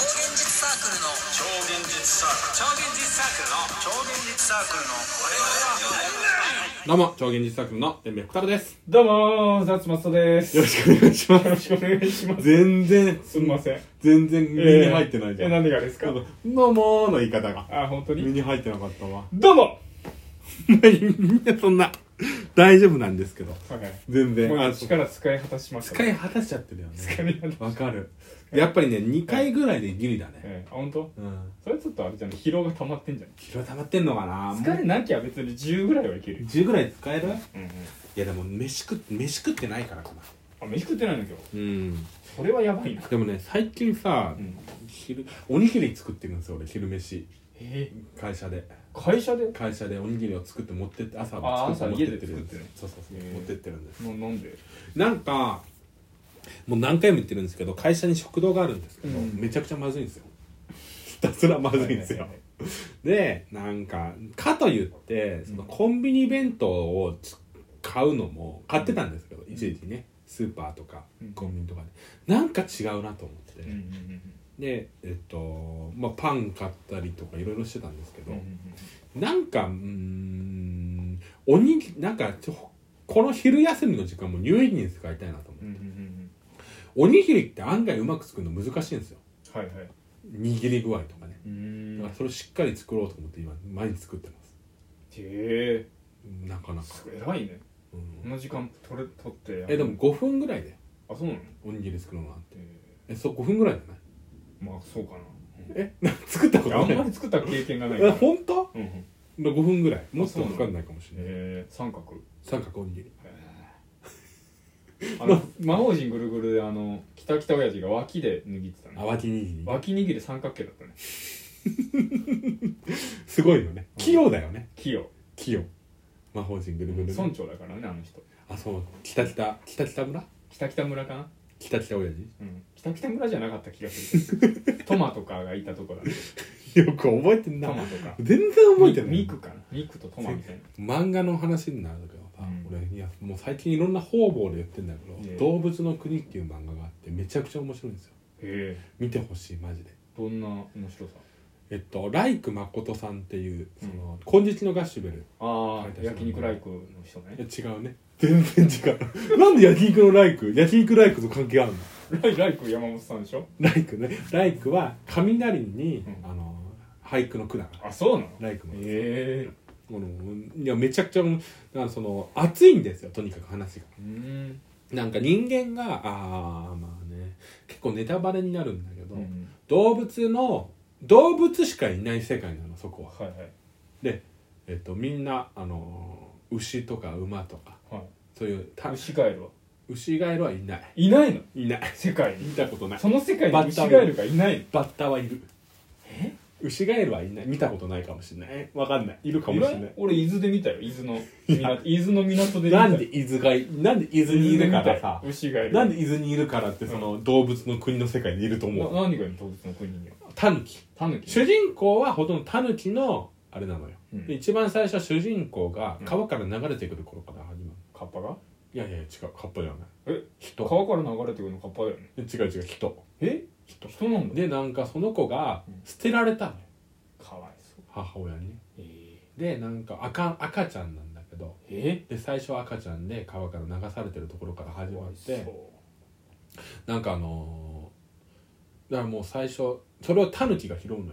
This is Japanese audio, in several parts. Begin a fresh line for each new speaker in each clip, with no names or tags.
ークルの
超現実サーク
超現実サークルの
ル超現実サークルの
どうも、超現実作の天命ふたるです。
どうもー、ザッツマストです。
よ
よ
ろしくお願いしま
ろ
す。
しくお願いします。
全然、
すんません。
全然身に入ってないじゃん。
えーえ、何がです
ど
か
うもーの言い方が。
あ、本当
身
に
に入ってなかったわ。
どうも
みんなそんな、大丈夫なんですけど。
はい。
全然。
も
あ
う
そう
力使い果たしました。
使い果たしちゃってるよね。
使い果た し
わかる。やっぱりね、2回ぐらいでギリだね。
えー、あ、本当？
うん。
それちょっとあれじゃない疲労が溜まってんじゃな
疲労溜まってんのかない
疲
も
れなきゃ別に10ぐらいはいける
う
よ。
10ぐらい使える
うんうん。
いやでも飯食っ、飯食ってないからかな。
あ、飯食ってないの今日。
うん。
それはやばいな。
でもね、最近さ
う、ん。
昼、おにぎり作ってるんですよ、俺、昼飯。
え
会社で。
ー、会社で
会社でおにぎりを作って持ってって朝
あー
作って
朝
持っ
家
て
で
ってるんです
作ってね
そうそうそう
へー
持ってってるんです
の飲んで。
なんかもう何回も言ってるんですけど会社に食堂があるんですけど、
うん
めちゃくちゃまずいんですよひたすらまずいんですよ、
はいはい
でなんかかといってそのコンビニ弁当をつ買うのも買ってたんですけど、一時期ねスーパーとか
うん
コンビニとかでなんか違うなと思ってて、
うんうんうん
でえっとまあパン買ったりとかいろいろしてたんですけど、
うんうんうん。
なんか、うーん、おにぎなんかちょ、この昼休みの時間も有意義に使いたいなと思う
う。んうんうん
おにぎりって案外うまく作るの難しいんですよ。
うん。はいはい。
握り具合とかね。
うーん
だからそれをしっかり作ろうと思って今、毎日作ってます。
へ
なかな
え
か。
すごい偉いね。
うん
この時間取れ取ってやる
え、でも5分ぐらいで、
あそうなの
おにぎり作るのなんて。
え
え、そう、5分ぐらいじゃない
ーまあそうかな
え、 な作ったこ
いやあ
と
ん
な
ま
い
り作った経験がないか
え、
ら
ほんと
うんうん、
?5 分ぐらい。もっ
あそう
と
なの
かかんないかもしれない。
えー、三角
三角おにぎり。
あの魔法陣ぐるぐるであのキタキタ親父が脇で握ってた
あ
ね
わきにぎり。
脇握り三角形だったね
すごいよね。器用だよね。
器用
器用。魔法陣ぐるぐるね。
村長だからねあの人
あそう北北北北村
キタキタ村かな
北北親父
うんキタキタ村じゃなかった気がするけどトマとかがいたとこだね
よく覚えてん
ト
な
マとか
全然覚えてない
ミクかなミクとトマみたいな
漫画の話になるけどさ、
うん
俺いやもう最近いろんな方々で言ってんだけど「
ええ
動物の国」っていう漫画があってめちゃくちゃ面白いんですよ
へえ
見てほしいマジで
どんな面白さ
えっとライク誠さんっていうその「金色のガッシュベル」
あ
書いた人
あ焼肉ライクの人ね
いや違うね全然違う なんで焼肉のライク焼肉ライクと関係あるの
ライライク山本さんでしょ
ライクねライクは雷に、
うん
あの俳句の句だから
あそうなの
ライクも
え
このいやめちゃくちゃだからその熱いんですよとにかく話が
えうん
なんか人間がああまあね結構ネタバレになるんだけど、
うん
動物の動物しかいない世界なのそこは
はいはい
で、えっとみんなあの牛とか馬とか
は
そういうた
い牛ガエルは
牛ガエルはいない
いないの
いない
世界
見
に
たことない
その世界に牛ガエルがいない
バッターはいるえ牛ガエルはいない見たことないかもしれないわかんないいるか
の
もしれな
いない
い
俺伊豆で見たよ伊豆の港伊豆の港で見た
なんで伊豆がいなんで伊
伊
豆にいる
見
か
た
ら
よ
さ
牛ガエル
なんで伊豆にいるからってその動物の国の世界にいると
な
思う
何がいる動物の国には
タヌキ
タヌキ
主人公はほとんどタヌキのあれなのよ、
うん
で一番最初は主人公が川から流れてくる頃から始まる、
カッパが
いやいや違うカッパじゃない
え
人
川から流れてくるのカッパだよね
違う違う人
え人人なんだ
でなんかその子が
うん
捨てられたのよ
かわいそう
母親にね
え
でなんか赤赤ちゃんなんだけど
ーえ
で最初は赤ちゃんで川から流されてるところから始
か
ま
わ
っ
いそう
てなんかあのーだからもう最初それをタヌキが拾うのよ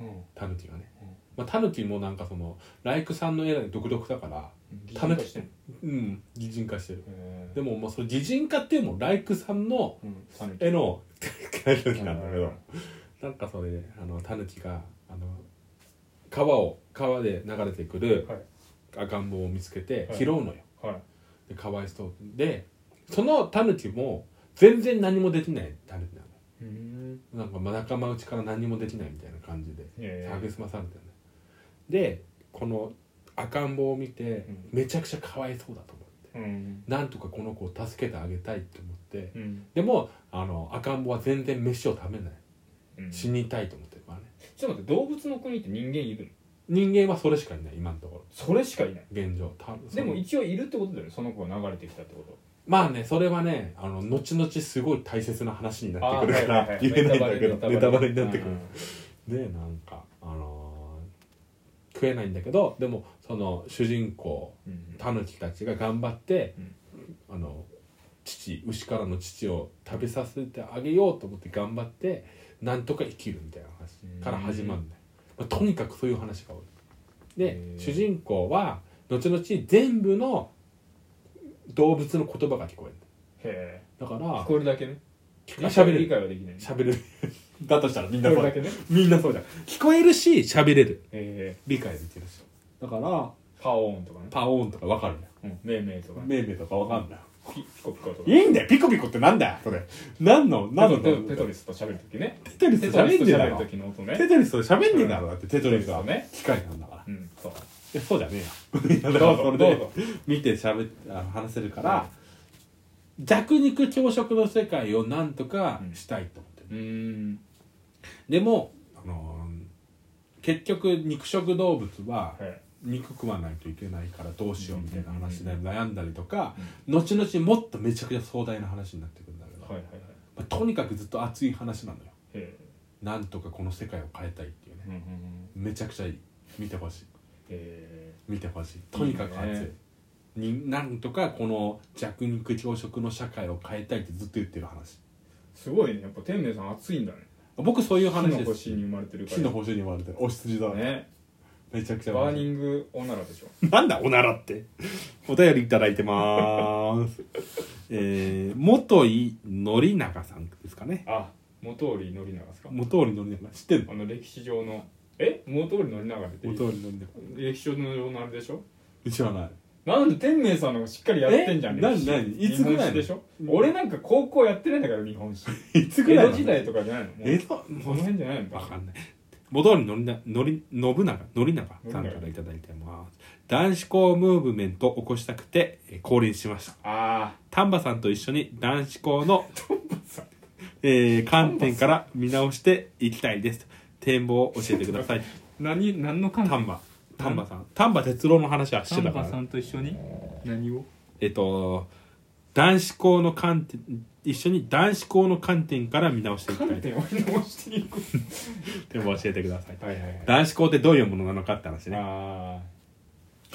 うん
タヌキがね
うん、
まあ、タヌキもなんかそのライクさんの絵で独特だからタヌキ
してんの
うん擬人化してる
へ
でももうその擬人化っていうのもライクさんの
ーうんタヌ キ
絵のタヌキなんだけ
う
どなんかそれであのタヌキがあの川を川で流れてくる
はい
赤ん坊を見つけて
はい
拾うのよ、
はい
でかわいそうでそのタヌキも全然何もできないタヌキなの
うん
なんかまあ仲間内から何もできないみたいな感じで
え
下げすまされてるねでこの赤ん坊を見て
うん
めちゃくちゃかわいそうだと思って
うん
なんとかこの子を助けてあげたいと思って
うん
でもあの赤ん坊は全然飯を食べない
うん
死にたいと思ってるからね
ちょっと待って動物の国って人間いるの
人間はそれしかいない今のところ
それしかいない
現状たその
でも一応いるってことだよねその子が流れてきたってこと
まあねそれはねあの後々すごい大切な話になってくるか
あーはいはい
ら
はい
言えないんだけどネタバレになってくる
うん
でなんかあのー食えないんだけどでもその主人公
うん
タヌキたちが頑張って、あの父牛からの乳を食べさせてあげようと思って頑張ってなんとか生きるみたいな話から始まるんだよ、まあとにかくそういう話が多いで
へー
主人公は後々全部の動物の言葉が聞こえる
へえ
だか
聞
ら
こえるだけね
あ喋れる
理解はできない聞
喋れる だとしたらみん
こ
な
え
そう
るだ
だ
けね
みんなそうじゃん聞こえるし喋れる
え
理解できるしだから
ーパオーンとかね
パオーンとかわかるんだよ
うんメイメイとかね
メーメーとかわかんだよ
ピピコピコとか
いいんだよピコピコってなんだよそれ何の何の
ペトペトリスと喋るときね
テトリス
テ
と
トリ
喋
ス
ん
と
ねえだ
喋る
ろ
ときの音
テ
ね
トリスと喋んねえだろだってテトリスは
ね
機械なんだから
うんそう
いやそうじゃねえ よいやだ
ど
から
う
そ
ぞ
れ
どう
で
ぞ
見て喋ってあの話せるから弱肉強食の世界をなんとかしたいと思ってる
うーん
でもあのー結局肉食動物は
はい
肉食わないといけないからどうしようみたいな話で
う
悩んだりとか後々もっとめちゃくちゃ壮大な話になってくるんだけど、
はいはいはい
まあとにかくずっと熱い話なのよ
へえ
なんとかこの世界を変えたいっていうね
うんうんうん
めちゃくちゃいい見てほしい
へ
見てほしいとにかく熱い
いいね
になんとかこの弱肉強食の社会を変えたいってずっと言ってる話
ーすごいねやっぱ天明さん熱いんだね
僕そういう話
火の
です
星に生まれてるから
火の星に生まれてるお羊だね
ね
めちゃくちゃ
バーニングおならでしょ
なんだおならって。お便りいただいてます。 えー、元井宣長さんですかね。
あ元織宣長ですか
元井宣長。知ってる
あの歴史上のえ元織宣長って
元井宣長。
歴史上のあれでしょ
うちはない。
なんで天明さんの方がしっかりやってんじゃん
え
歴史
なになにいつぐらいの
日本史でしょ俺なんか高校やってないんだから日本史
いつぐ
江
らい
戸時代とかじゃないのもう
江戸、も
この
う、
辺じゃないの
わ
か
かんない。元井宣長、宣信長、宣長さんからいただいてます。男子校ムーブメントを起こしたくて、えー降臨しました。
あ
丹波さんと一緒に男子校のえー観点から見直していきたいです展望を教えてください
ー何何の関係
丹波丹波さん丹波哲郎の話はして
丹
たか
波さ
ら
んと一緒に何を
えっと男子校の観点一緒に男子校の観点から見直してい
あ
きた
観
い
点を直していく
展望を教えてください
はいはいはい
男子校ってどういうものなのかって話ね
あー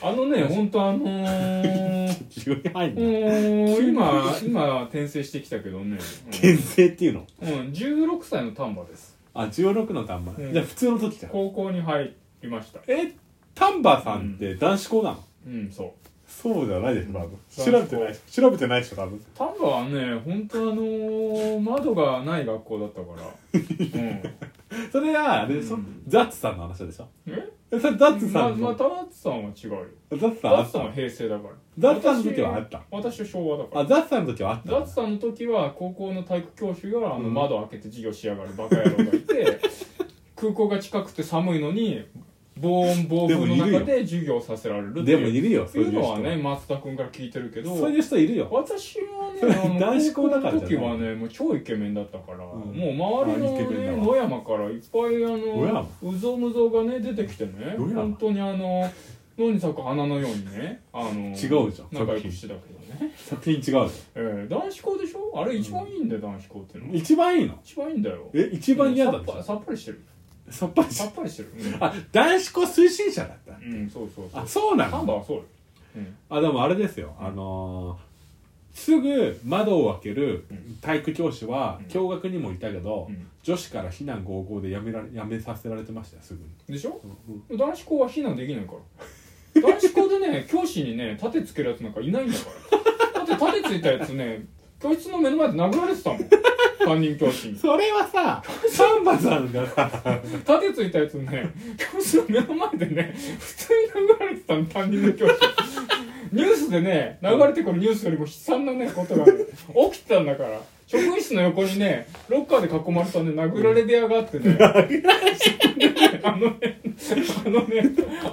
あのね本当あの ー
急に入ん
う
な
ーん今今転生してきたけどね、
牽制っていうの
うんうん、16歳の丹波です
あ16の丹波
うん
じゃあ普通の時じゃん
高校に入りました
え丹波さんって男子校なの
うんそう
そうじゃないでしょ多分
調べてない
調べてないでしょ多分
丹波はね本当あのー、窓がない学校だったから、うん、
それはあれでしょ、
うん
ザッツさんの話でしょ
え
えそれザッツさ
ま
ん
ま
の、
あ田中さんは違うよ
ザッツさん
ダ
あ
ッ
っ
ツさんは
た
平成だから
ザッツさんの時はあった
私は昭和だから
あザッツさんの時はあった
ダッツさんの時は高校の体育教師があの窓開けて授業しやがるバカ野郎がいて空港が近くて寒いのに防音防風の中で授業させられるって
でも
い
いうるよそう
い
いうう
のは
人
ね松田君から聞いてるけど
そういう人いるよ
私は
それ
ねあの
男子校だから
高
じゃない
の時はねもう超イケメンだったから、
ん
もう周り
あイケメンだ
の、
わ
ね、野山からいっぱいあ
野山
のうぞうむぞうがね出てきてね
野山
本当にあの野に咲く花のようにねあの
違うじゃん
仲良くしてたけどね、
作品違うじゃん
えー、男子校でしょあれ一番いいんだよ、男子校っていうの
一番いいの
一番いいんだよ
え一番嫌だ
うん
でし
さっぱ
ょ
さっぱりしてる
さっぱりし
さっぱりしてる
あ男子校推進者だった
うん、うん、そうそうそ う
あそうな
ハ
の
ンバーはそうよ、うん、
あでもあれですよあのー、すぐ窓を開ける体育教師は
うん
共学にもいたけど、
うん
女子から非難合々でやめられやめさせられてましたよすぐに
でしょ
うん
男子校は避難できないから男子校 でね教師にね盾つけるやつなんかいないんだからだって盾ついたやつね教室の目の前で殴られてたもん担任教師に
それはさ、サンバさんが さ、
盾ついたやつね教室の目の前でね普通に殴られてたの担任の教師ニュースでね流れてくるニュースよりも悲惨なねことがね起きてたんだから職員室の横にねロッカーで囲まれたね殴られ部屋があってねあのね、あのね、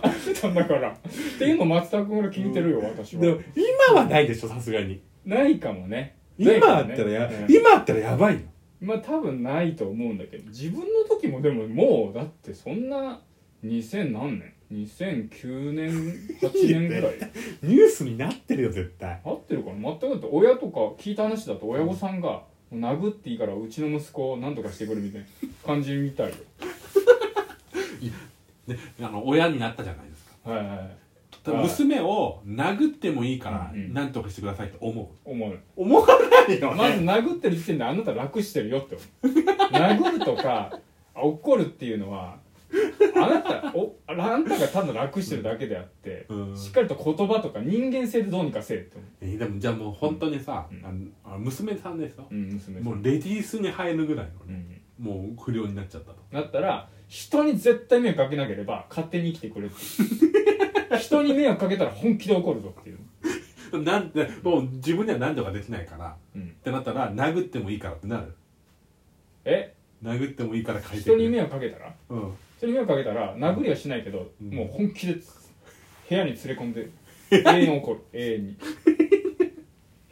あったんだから。っていうの松田君から聞いてるよ、私
でも
は。
今はないでしょ、さすがに。
ないかもね。ない
今
か
あ
も
った
ね
らや、
うん
今あったらやばいよ。
まあ多分ないと思うんだけど、自分の時もでももう、だってそんな、2000何年 ?2009 年、8年ぐらい。
ニュースになってるよ、絶対。
合ってるかな全くだって親とか聞いた話だと親御さんが「もう殴っていいからうちの息子を何とかしてくる」みたいな感じみたいよ
であの親になったじゃないですか
はいはい
た
は
だ
い
娘を殴ってもいいから
うんうん
何とかしてくださいって思う
思う
思わないよ
まず
ね
殴ってる時点であなた楽してるよって思う 殴るとか怒るっていうのはあなたおあなたがただ楽してるだけであって、
うん
しっかりと言葉とか人間性でどうにかせえって思
えーでもじゃあもう本当にさ
うん
あのあの娘さんですよ
う、うん、娘さん
もうレディースに入るぐらいの
う
ね
ん
もう不良になっちゃったと
だったら人に絶対迷惑かけなければ勝手に生きてくれって人に迷惑かけたら本気で怒るぞっていう、
なんでもう自分には何とかできないからってなったら殴ってもいいからってなる
え
殴ってもいいから書いて
人に
る
迷惑かけたら
うん
人に迷惑かけたら殴りはしないけど、
うん
もう本気で部屋に連れ込んで永遠怒る永遠に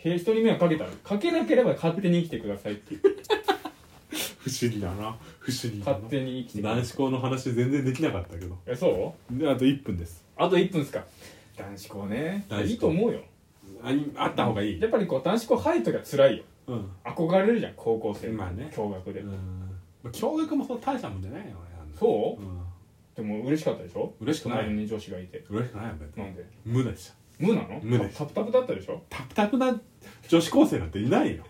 へ人に迷惑かけたらかけなければ勝手に生きてくださいっていう
不思議だな不思議だ
勝
な
手に生きてください
男子校の話全然できなかったけど
えそう
であと1分です
あと1分ですか男子校ね
男子校
いいと思うよ
あいあった方がいい
やっぱりこう男子校入る時は辛いよ
うん
憧れるじゃん高校生
まあね
共学で、
うんまあ驚愕もそう大したもんじゃないよ俺あの
そう
うん
でも嬉しかったでしょ
嬉しくない
隣に女子がいて
嬉しくないよ別
な
に
んで
無でした
無なの
無です
タプタプだったでしょ
タプタプな女子高生なんていないよ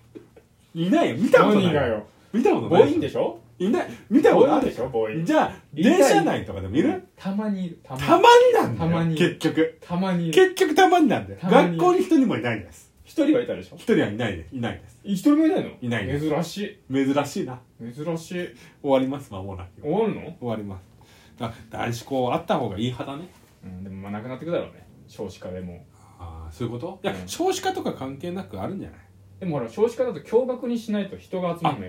いないよ見たことない
何がよ
見たこと
母
ない
音でしょ
いない見たこと
母
あ
音
る
でしょ母音
じゃあ電車内とかでもいる
たまにいるた
たまになんだよ
たまに
結局
たまにいる
結局たまになんだよ
たまに
学校に一人もいないです
一人はいたでしょ
一人はいないですいないです
一人もいないの
いないね
珍し
珍しいない
珍しい
終わりますまもなく
終わるの、
終わりますだ男子校あった方がいい派だね
うん、でもまあなくなってくだろうね少子化でも
ああそういうこといや
うん
少子化とか関係なくあるんじゃない
でもほら少子化だと共学にしないと人が集まんない